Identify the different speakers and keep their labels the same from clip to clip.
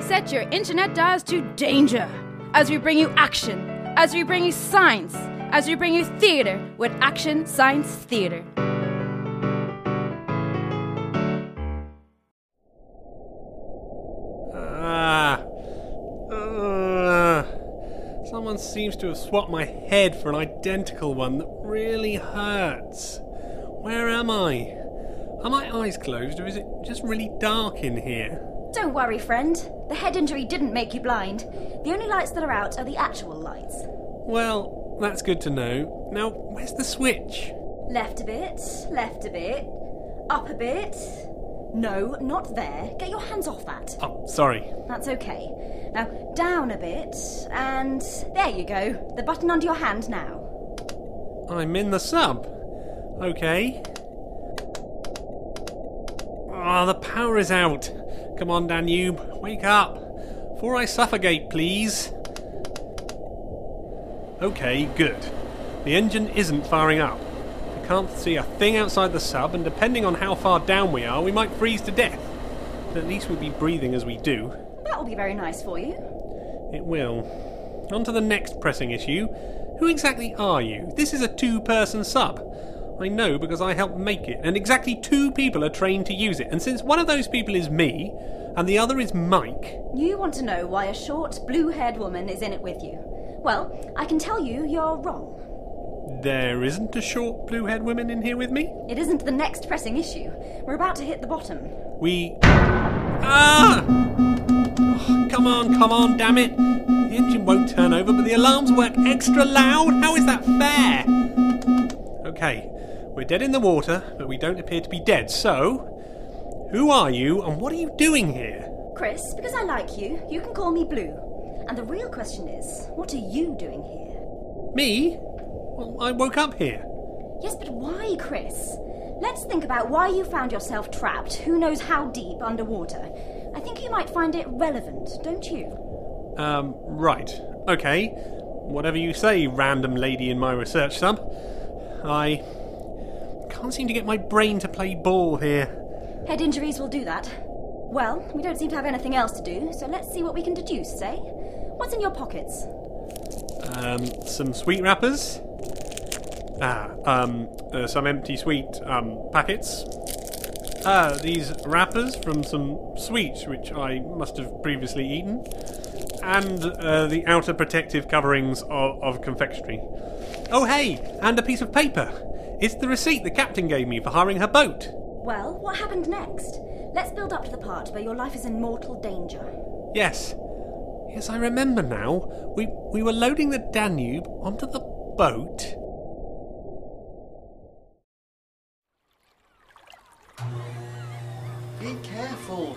Speaker 1: set your internet dials to danger as we bring you action, as we bring you science, as we bring you theater with Action Science Theater.
Speaker 2: Ah. Ah. Someone seems to have swapped my head for an identical one that really hurts. Where am I? Are my eyes closed or is it just really dark in here?
Speaker 3: Don't worry, friend. The head injury didn't make you blind. The only lights that are out are the actual lights.
Speaker 2: Well, that's good to know. Now, where's the switch?
Speaker 3: Left a bit, left a bit, up a bit. No, not there. Get your hands off that.
Speaker 2: Oh, sorry.
Speaker 3: That's okay. Now, down a bit, and there you go. The button under your hand now.
Speaker 2: I'm in the sub. Okay. Ah, the power is out. Come on, Danube, wake up. Before I suffocate, please. Okay, good. The engine isn't firing up. I can't see a thing outside the sub, and depending on how far down we are, we might freeze to death. But at least we'll be breathing as we do.
Speaker 3: That will be very nice for you.
Speaker 2: It will. On to the next pressing issue. Who exactly are you? This is a two person sub. I know because I helped make it, and exactly two people are trained to use it. And since one of those people is me, and the other is Mike,
Speaker 3: You want to know why a short, blue haired woman is in it with you. Well, I can tell you you're wrong.
Speaker 2: there isn't a short blue haired woman in here with me?
Speaker 3: It isn't the next pressing issue. We're about to hit the bottom.
Speaker 2: We. Ah! Oh, come on, come on, damn it! The engine won't turn over, but the alarms work extra loud! How is that fair? Okay, we're dead in the water, but we don't appear to be dead, so. Who are you, and what are you doing here?
Speaker 3: Chris, because I like you, you can call me Blue. And the real question is, what are you doing here?
Speaker 2: Me? Well, I woke up here.
Speaker 3: Yes, but why, Chris? Let's think about why you found yourself trapped, who knows how deep underwater. I think you might find it relevant, don't you?
Speaker 2: Um, right. Okay. Whatever you say, random lady in my research sub. I. can't seem to get my brain to play ball here.
Speaker 3: Head injuries will do that. Well, we don't seem to have anything else to do, so let's see what we can deduce, eh? What's in your pockets?
Speaker 2: Um, some sweet wrappers. Ah, um, uh, some empty sweet um, packets. Ah, these wrappers from some sweets which I must have previously eaten. And uh, the outer protective coverings of, of confectionery. Oh, hey! And a piece of paper! It's the receipt the captain gave me for hiring her boat.
Speaker 3: Well, what happened next? Let's build up to the part where your life is in mortal danger.
Speaker 2: Yes. Yes, I remember now. We, we were loading the Danube onto the boat.
Speaker 4: Be careful.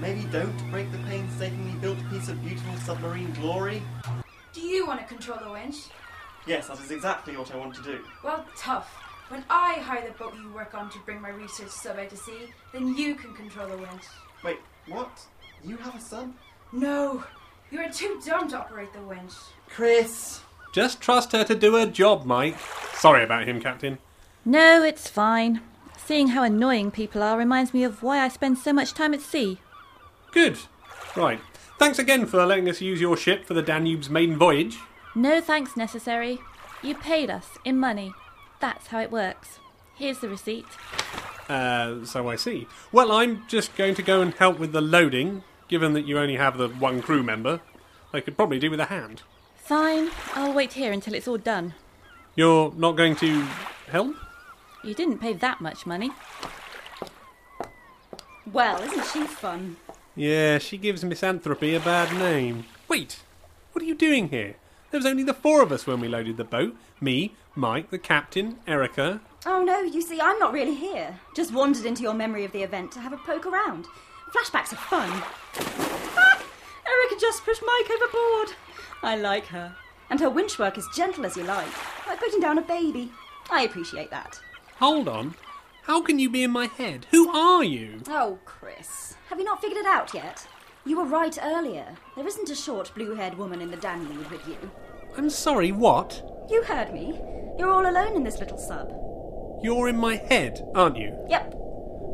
Speaker 4: Maybe don't break the painstakingly built piece of beautiful submarine glory.
Speaker 1: Do you want to control the winch?
Speaker 4: Yes, that is exactly what I want to do.
Speaker 1: Well, tough. When I hire the boat you work on to bring my research sub out to sea, then you can control the winch.
Speaker 4: Wait, what? You have a sub?
Speaker 1: No, you are too dumb to operate the winch.
Speaker 4: Chris!
Speaker 2: Just trust her to do her job, Mike. Sorry about him, Captain.
Speaker 5: No, it's fine. Seeing how annoying people are reminds me of why I spend so much time at sea.
Speaker 2: Good. Right. Thanks again for letting us use your ship for the Danube's maiden voyage.
Speaker 5: No thanks necessary. You paid us in money. That's how it works. Here's the receipt.
Speaker 2: Uh, so I see. Well, I'm just going to go and help with the loading, given that you only have the one crew member. I could probably do with a hand.
Speaker 5: Fine, I'll wait here until it's all done.
Speaker 2: You're not going to help?
Speaker 5: You didn't pay that much money.
Speaker 3: Well, isn't she fun?
Speaker 2: Yeah, she gives misanthropy a bad name. Wait, what are you doing here? There was only the four of us when we loaded the boat me, Mike, the captain, Erica,
Speaker 3: Oh no, you see, I'm not really here. Just wandered into your memory of the event to have a poke around. Flashbacks are fun. Ah, Erica just pushed Mike overboard. I like her. And her winch work is gentle as you like, like putting down a baby. I appreciate that.
Speaker 2: Hold on. How can you be in my head? Who are you?
Speaker 3: Oh, Chris, have you not figured it out yet? You were right earlier. There isn't a short blue haired woman in the Danube with you.
Speaker 2: I'm sorry, what?
Speaker 3: You heard me. You're all alone in this little sub.
Speaker 2: You're in my head, aren't you?
Speaker 3: Yep,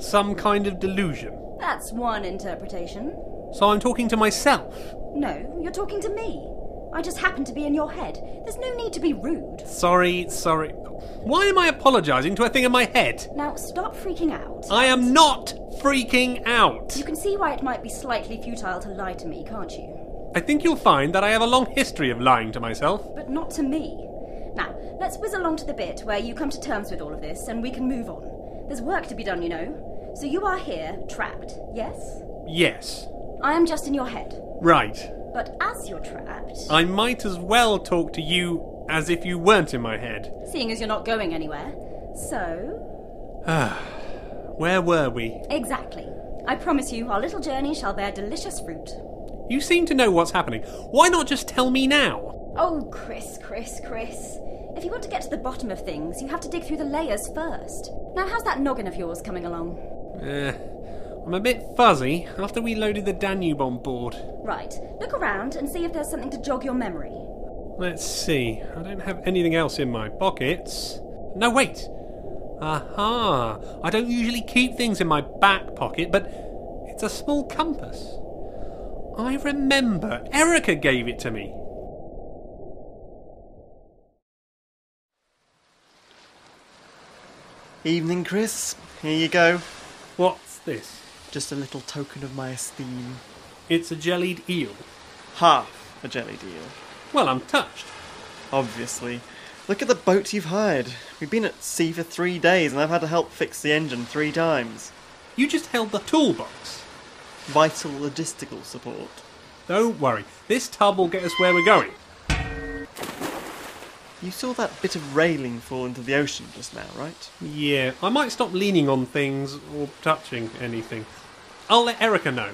Speaker 2: Some kind of delusion.
Speaker 3: that's one interpretation.
Speaker 2: So I'm talking to myself.
Speaker 3: No, you're talking to me. I just happen to be in your head. There's no need to be rude.
Speaker 2: Sorry, sorry. Why am I apologising to a thing in my head?
Speaker 3: Now, stop freaking out.
Speaker 2: I am not freaking out.
Speaker 3: You can see why it might be slightly futile to lie to me, can't you?
Speaker 2: I think you'll find that I have a long history of lying to myself.
Speaker 3: But not to me. Now, let's whiz along to the bit where you come to terms with all of this and we can move on. There's work to be done, you know. So you are here, trapped, yes?
Speaker 2: Yes.
Speaker 3: I am just in your head.
Speaker 2: Right.
Speaker 3: But as you're trapped,
Speaker 2: I might as well talk to you as if you weren't in my head.
Speaker 3: seeing as you're not going anywhere, so.
Speaker 2: Where were we?
Speaker 3: Exactly. I promise you, our little journey shall bear delicious fruit.
Speaker 2: You seem to know what's happening. Why not just tell me now?
Speaker 3: Oh, Chris, Chris, Chris. If you want to get to the bottom of things, you have to dig through the layers first. Now, how's that noggin of yours coming along?
Speaker 2: Eh, I'm a bit fuzzy after we loaded the Danube on board.
Speaker 3: Right, look around and see if there's something to jog your memory.
Speaker 2: Let's see. I don't have anything else in my pockets. No, wait. Aha. I don't usually keep things in my back pocket, but it's a small compass. I remember. Erica gave it to me.
Speaker 4: Evening, Chris. Here you go.
Speaker 2: What's this?
Speaker 4: Just a little token of my esteem.
Speaker 2: It's a jellied eel.
Speaker 4: Half a jelly deal.
Speaker 2: Well, I'm touched.
Speaker 4: Obviously. Look at the boat you've hired. We've been at sea for three days and I've had to help fix the engine three times.
Speaker 2: You just held the toolbox.
Speaker 4: Vital logistical support.
Speaker 2: Don't worry, this tub will get us where we're going.
Speaker 4: You saw that bit of railing fall into the ocean just now, right?
Speaker 2: Yeah, I might stop leaning on things or touching anything. I'll let Erica know.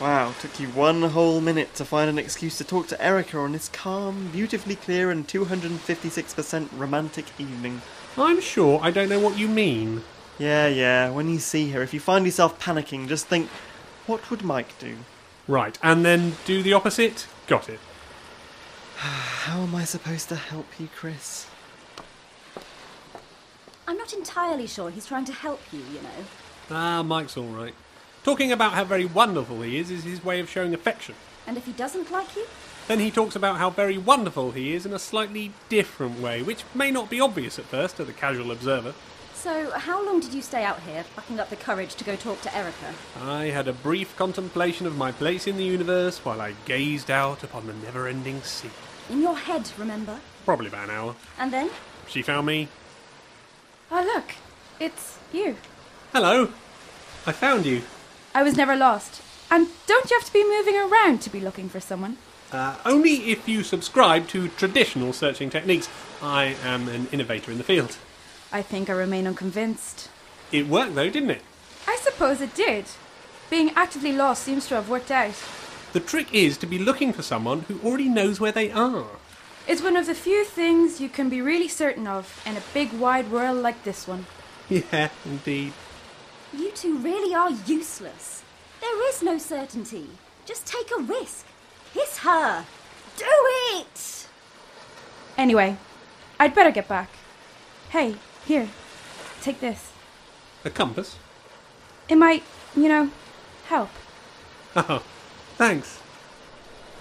Speaker 4: Wow, took you one whole minute to find an excuse to talk to Erica on this calm, beautifully clear, and 256% romantic evening.
Speaker 2: I'm sure I don't know what you mean.
Speaker 4: Yeah, yeah, when you see her, if you find yourself panicking, just think, what would Mike do?
Speaker 2: Right, and then do the opposite? Got it.
Speaker 4: How am I supposed to help you, Chris?
Speaker 3: I'm not entirely sure he's trying to help you, you know.
Speaker 2: Ah, Mike's all right. Talking about how very wonderful he is is his way of showing affection.
Speaker 3: And if he doesn't like you,
Speaker 2: Then he talks about how very wonderful he is in a slightly different way, which may not be obvious at first to the casual observer.
Speaker 3: So, how long did you stay out here, fucking up the courage to go talk to Erica?
Speaker 2: I had a brief contemplation of my place in the universe while I gazed out upon the never ending sea.
Speaker 3: In your head, remember?
Speaker 2: Probably about an hour.
Speaker 3: And then?
Speaker 2: She found me.
Speaker 1: Oh, look, it's you.
Speaker 2: Hello. I found you.
Speaker 1: I was never lost. And don't you have to be moving around to be looking for someone?
Speaker 2: Uh, only if you subscribe to traditional searching techniques. I am an innovator in the field.
Speaker 1: I think I remain unconvinced.
Speaker 2: It worked though, didn't it?
Speaker 1: I suppose it did. Being actively lost seems to have worked out.
Speaker 2: The trick is to be looking for someone who already knows where they are.
Speaker 1: It's one of the few things you can be really certain of in a big wide world like this one.
Speaker 2: Yeah, indeed.
Speaker 3: You two really are useless. There is no certainty. Just take a risk. Kiss her. Do it!
Speaker 1: Anyway, I'd better get back. Hey, here, take this.
Speaker 2: A compass?
Speaker 1: It might, you know, help.
Speaker 2: Oh, thanks.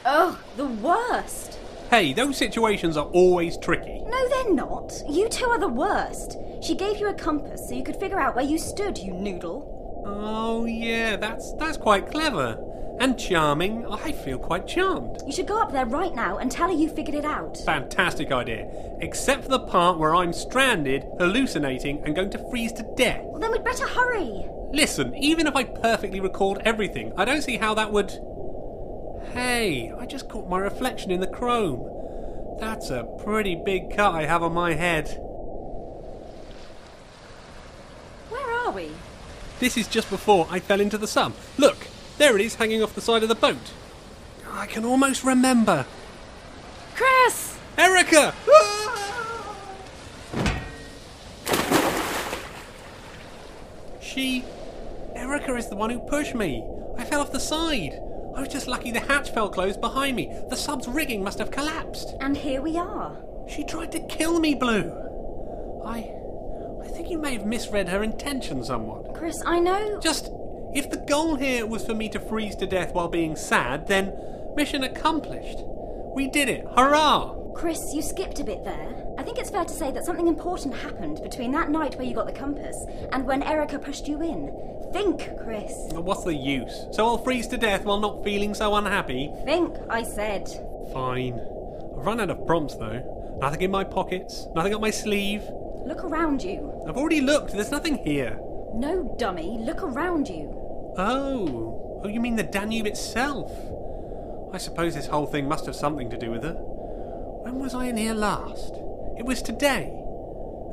Speaker 3: Oh, the worst.
Speaker 2: Hey, those situations are always tricky.
Speaker 3: No, they're not. You two are the worst. She gave you a compass so you could figure out where you stood, you noodle.
Speaker 2: Oh yeah, that's that's quite clever and charming. I feel quite charmed.
Speaker 3: You should go up there right now and tell her you figured it out.
Speaker 2: Fantastic idea, except for the part where I'm stranded, hallucinating, and going to freeze to death.
Speaker 3: Well, then we'd better hurry.
Speaker 2: Listen, even if I perfectly recalled everything, I don't see how that would. Hey, I just caught my reflection in the chrome. That's a pretty big cut I have on my head.
Speaker 3: Where are we?
Speaker 2: This is just before I fell into the sun. Look, there it is hanging off the side of the boat. I can almost remember.
Speaker 1: Chris!
Speaker 2: Erica! She. Erica is the one who pushed me. I fell off the side. I was just lucky the hatch fell closed behind me. The sub's rigging must have collapsed.
Speaker 3: And here we are.
Speaker 2: She tried to kill me, Blue. I. I think you may have misread her intention somewhat.
Speaker 3: Chris, I know.
Speaker 2: Just. If the goal here was for me to freeze to death while being sad, then mission accomplished. We did it. Hurrah!
Speaker 3: Chris, you skipped a bit there. I think it's fair to say that something important happened between that night where you got the compass and when Erica pushed you in. Think, Chris.
Speaker 2: But What's the use? So I'll freeze to death while not feeling so unhappy.
Speaker 3: Think, I said.
Speaker 2: Fine. I've run out of prompts though. Nothing in my pockets, nothing up my sleeve.
Speaker 3: Look around you.
Speaker 2: I've already looked, there's nothing here.
Speaker 3: No, dummy, look around you.
Speaker 2: Oh, oh, you mean the Danube itself? I suppose this whole thing must have something to do with it. When was I in here last? It was today.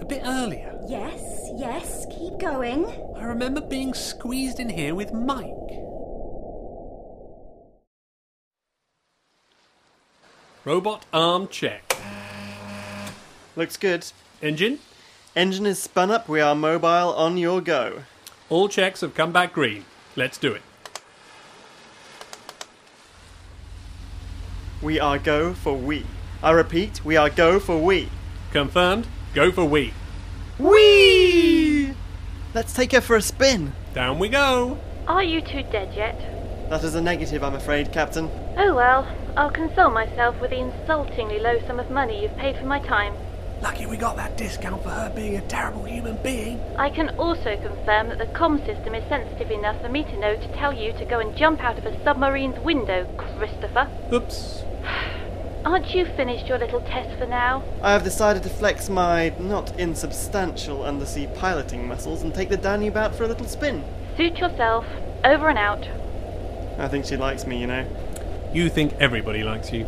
Speaker 2: A bit earlier.
Speaker 3: Yes, yes, keep going.
Speaker 2: I remember being squeezed in here with Mike. Robot arm check.
Speaker 4: Looks good.
Speaker 2: Engine,
Speaker 4: Engine is spun up. We are mobile on your go.
Speaker 2: all checks have come back green. Let's do it.
Speaker 4: We are go for we. I repeat, we are go for we.
Speaker 2: Confirmed. Go for we.
Speaker 4: Wee! Let's take her for a spin.
Speaker 2: Down we go.
Speaker 5: Are you two dead yet?
Speaker 4: That is a negative, I'm afraid, Captain.
Speaker 5: Oh well, I'll console myself with the insultingly low sum of money you've paid for my time.
Speaker 2: Lucky we got that discount for her being a terrible human being.
Speaker 5: I can also confirm that the comm system is sensitive enough for me to know to tell you to go and jump out of a submarine's window, Christopher.
Speaker 2: Oops.
Speaker 5: Aren't you finished your little test for now?
Speaker 4: I have decided to flex my not insubstantial undersea piloting muscles and take the Danube out for a little spin.
Speaker 5: Suit yourself. Over and out.
Speaker 4: I think she likes me, you know.
Speaker 2: You think everybody likes you.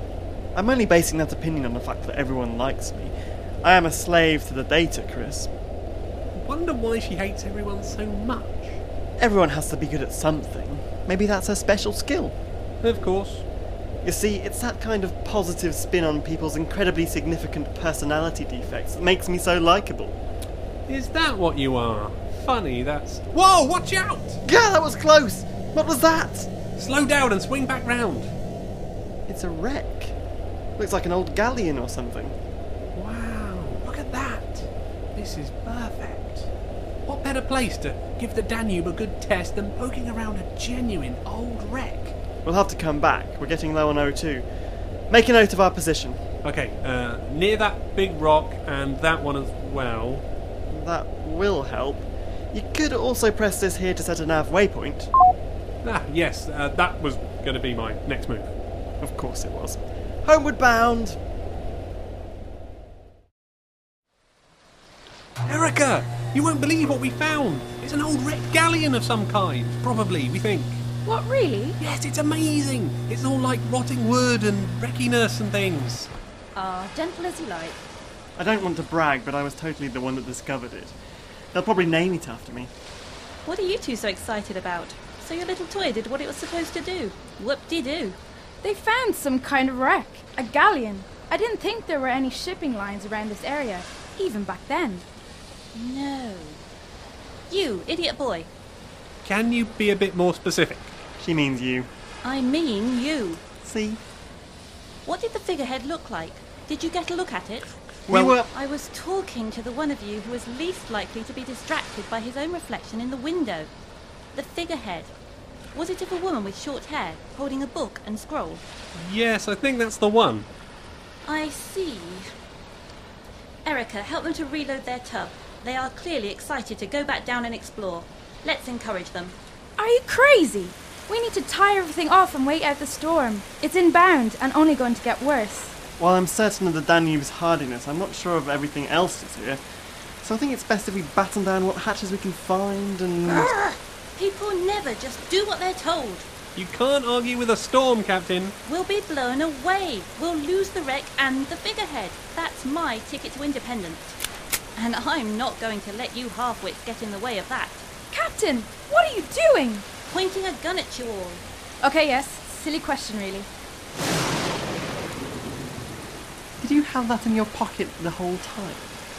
Speaker 4: I'm only basing that opinion on the fact that everyone likes me. I am a slave to the data, Chris.
Speaker 2: Wonder why she hates everyone so much.
Speaker 4: Everyone has to be good at something. Maybe that's her special skill.
Speaker 2: Of course.
Speaker 4: You see, it's that kind of positive spin on people's incredibly significant personality defects that makes me so likable.
Speaker 2: Is that what you are? Funny, that's. Whoa, watch out!
Speaker 4: Yeah, that was close! What was that?
Speaker 2: Slow down and swing back round.
Speaker 4: It's a wreck. Looks like an old galleon or something.
Speaker 2: Wow, look at that. This is perfect. What better place to give the Danube a good test than poking around a genuine old wreck?
Speaker 4: We'll have to come back. We're getting low on O2. Make a note of our position.
Speaker 2: Okay, uh, near that big rock and that one as well.
Speaker 4: That will help. You could also press this here to set a nav waypoint.
Speaker 2: Ah, yes, uh, that was going to be my next move.
Speaker 4: Of course it was. Homeward bound!
Speaker 2: Erica, you won't believe what we found. It's an old wrecked galleon of some kind, probably, we think.
Speaker 1: What, really?
Speaker 2: Yes, it's amazing. It's all like rotting wood and wreckiness and things.
Speaker 3: Ah, gentle as you like.
Speaker 4: I don't want to brag, but I was totally the one that discovered it. They'll probably name it after me.
Speaker 5: What are you two so excited about? So your little toy did what it was supposed to do. Whoop-de-doo.
Speaker 1: They found some kind of wreck, a galleon. I didn't think there were any shipping lines around this area, even back then.
Speaker 5: No. You, idiot boy.
Speaker 2: Can you be a bit more specific?
Speaker 4: She means you.
Speaker 5: I mean you.
Speaker 4: See?
Speaker 5: What did the figurehead look like? Did you get a look at it?
Speaker 4: we were.
Speaker 5: I was talking to the one of you who was least likely to be distracted by his own reflection in the window. The figurehead. Was it of a woman with short hair, holding a book and scroll?
Speaker 2: Yes, I think that's the one.
Speaker 5: I see. Erica, help them to reload their tub. They are clearly excited to go back down and explore. Let's encourage them.
Speaker 1: Are you crazy? We need to tie everything off and wait out the storm. It's inbound and only going to get worse.
Speaker 4: While I'm certain of the Danube's hardiness, I'm not sure of everything else that's here. So I think it's best if we batten down what hatches we can find and.
Speaker 5: People never just do what they're told.
Speaker 2: You can't argue with a storm, Captain.
Speaker 5: We'll be blown away. We'll lose the wreck and the figurehead. That's my ticket to independence. And I'm not going to let you half-wits get in the way of that.
Speaker 1: Captain, what are you doing?
Speaker 5: Pointing a gun at you all.
Speaker 1: Okay, yes, silly question, really.
Speaker 4: Did you have that in your pocket the whole time?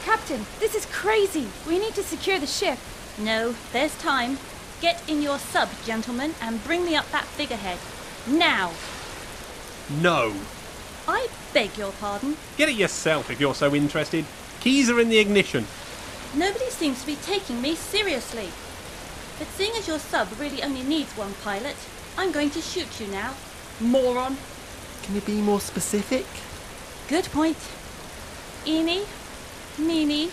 Speaker 1: Captain, this is crazy. We need to secure the ship.
Speaker 5: No, there's time. Get in your sub, gentlemen, and bring me up that figurehead. Now.
Speaker 2: No.
Speaker 5: I beg your pardon.
Speaker 2: Get it yourself if you're so interested. Keys are in the ignition.
Speaker 5: Nobody seems to be taking me seriously. But seeing as your sub really only needs one pilot, I'm going to shoot you now. Moron.
Speaker 4: Can you be more specific?
Speaker 5: Good point. Eeny, meeny,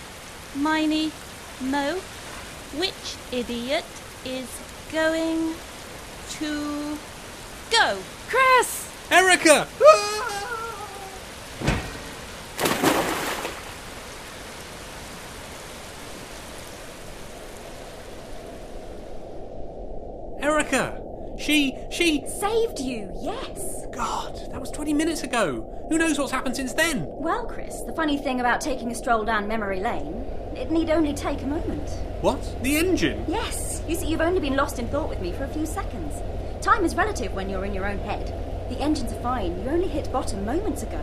Speaker 5: miny, mo. Which idiot is going to go?
Speaker 1: Chris!
Speaker 2: Erica! Erica! She, she,
Speaker 3: Saved you, yes.
Speaker 2: God, that was 20 minutes ago. Who knows what's happened since then?
Speaker 3: Well, Chris, the funny thing about taking a stroll down memory lane, it need only take a moment.
Speaker 2: What? The engine?
Speaker 3: Yes, you see, you've only been lost in thought with me for a few seconds. Time is relative when you're in your own head. The engines are fine, you only hit bottom moments ago.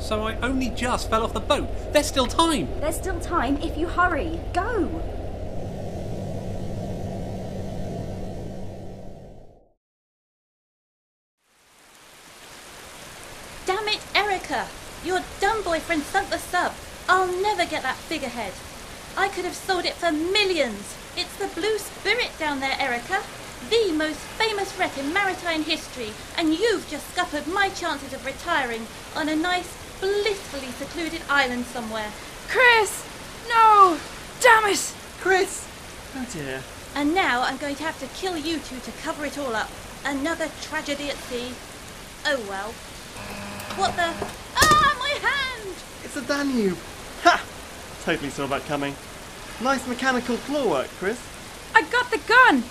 Speaker 2: So I only just fell off the boat. There's still time.
Speaker 3: There's still time if you hurry. Go!
Speaker 5: Damn it, Erica! Your dumb boyfriend sunk the sub. I'll never get that figurehead. I could have sold it for millions. It's the Blue Spirit down there, Erica. The most famous wreck in maritime history, and you've just scuppered my chances of retiring on a nice, blissfully secluded island somewhere.
Speaker 1: Chris! No! Damn it!
Speaker 4: Chris! Oh dear.
Speaker 5: And now I'm going to have to kill you two to cover it all up. Another tragedy at sea. Oh well. What the? Ah, my hand!
Speaker 4: It's a Danube. Ha! Totally saw that coming. Nice mechanical claw work, Chris.
Speaker 1: I got the gun!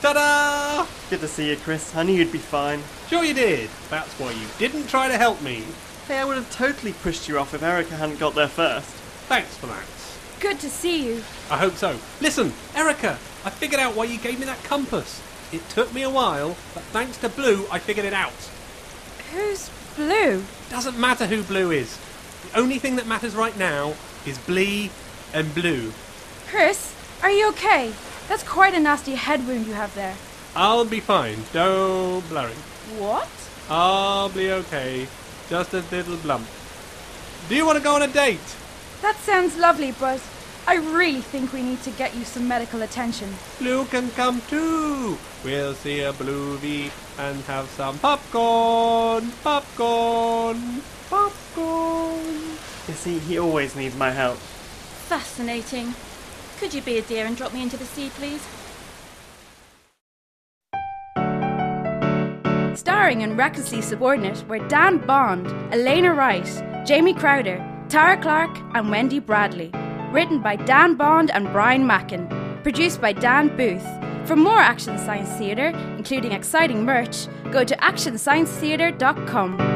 Speaker 2: Ta-da!
Speaker 4: Good to see you, Chris. I knew you'd be fine.
Speaker 2: Sure you did. That's why you didn't try to help me.
Speaker 4: Hey, I would have totally pushed you off if Erica hadn't got there first.
Speaker 2: Thanks for that.
Speaker 1: Good to see you.
Speaker 2: I hope so. Listen, Erica, I figured out why you gave me that compass. It took me a while, but thanks to Blue, I figured it out.
Speaker 1: Who's blue?
Speaker 2: Doesn't matter who Blue is. The only thing that matters right now is Blee and Blue.
Speaker 1: Chris, are you okay? That's quite a nasty head wound you have there.
Speaker 2: I'll be fine. Don't blurry.
Speaker 1: What?
Speaker 2: I'll be okay. Just a little blump. Do you want to go on a date?
Speaker 1: That sounds lovely, but I really think we need to get you some medical attention.
Speaker 2: Blue can come too. We'll see a Bluey and have some popcorn. Popcorn. Popcorn.
Speaker 4: You see, he always needs my help.
Speaker 5: Fascinating. Could you be a dear and drop me into the sea, please?
Speaker 1: Starring and recklessly subordinate were Dan Bond, Elena Wright, Jamie Crowder, Tara Clark, and Wendy Bradley. Written by Dan Bond and Brian Mackin. Produced by Dan Booth. For more Action Science Theatre, including exciting merch, go to actionsciencetheatre.com.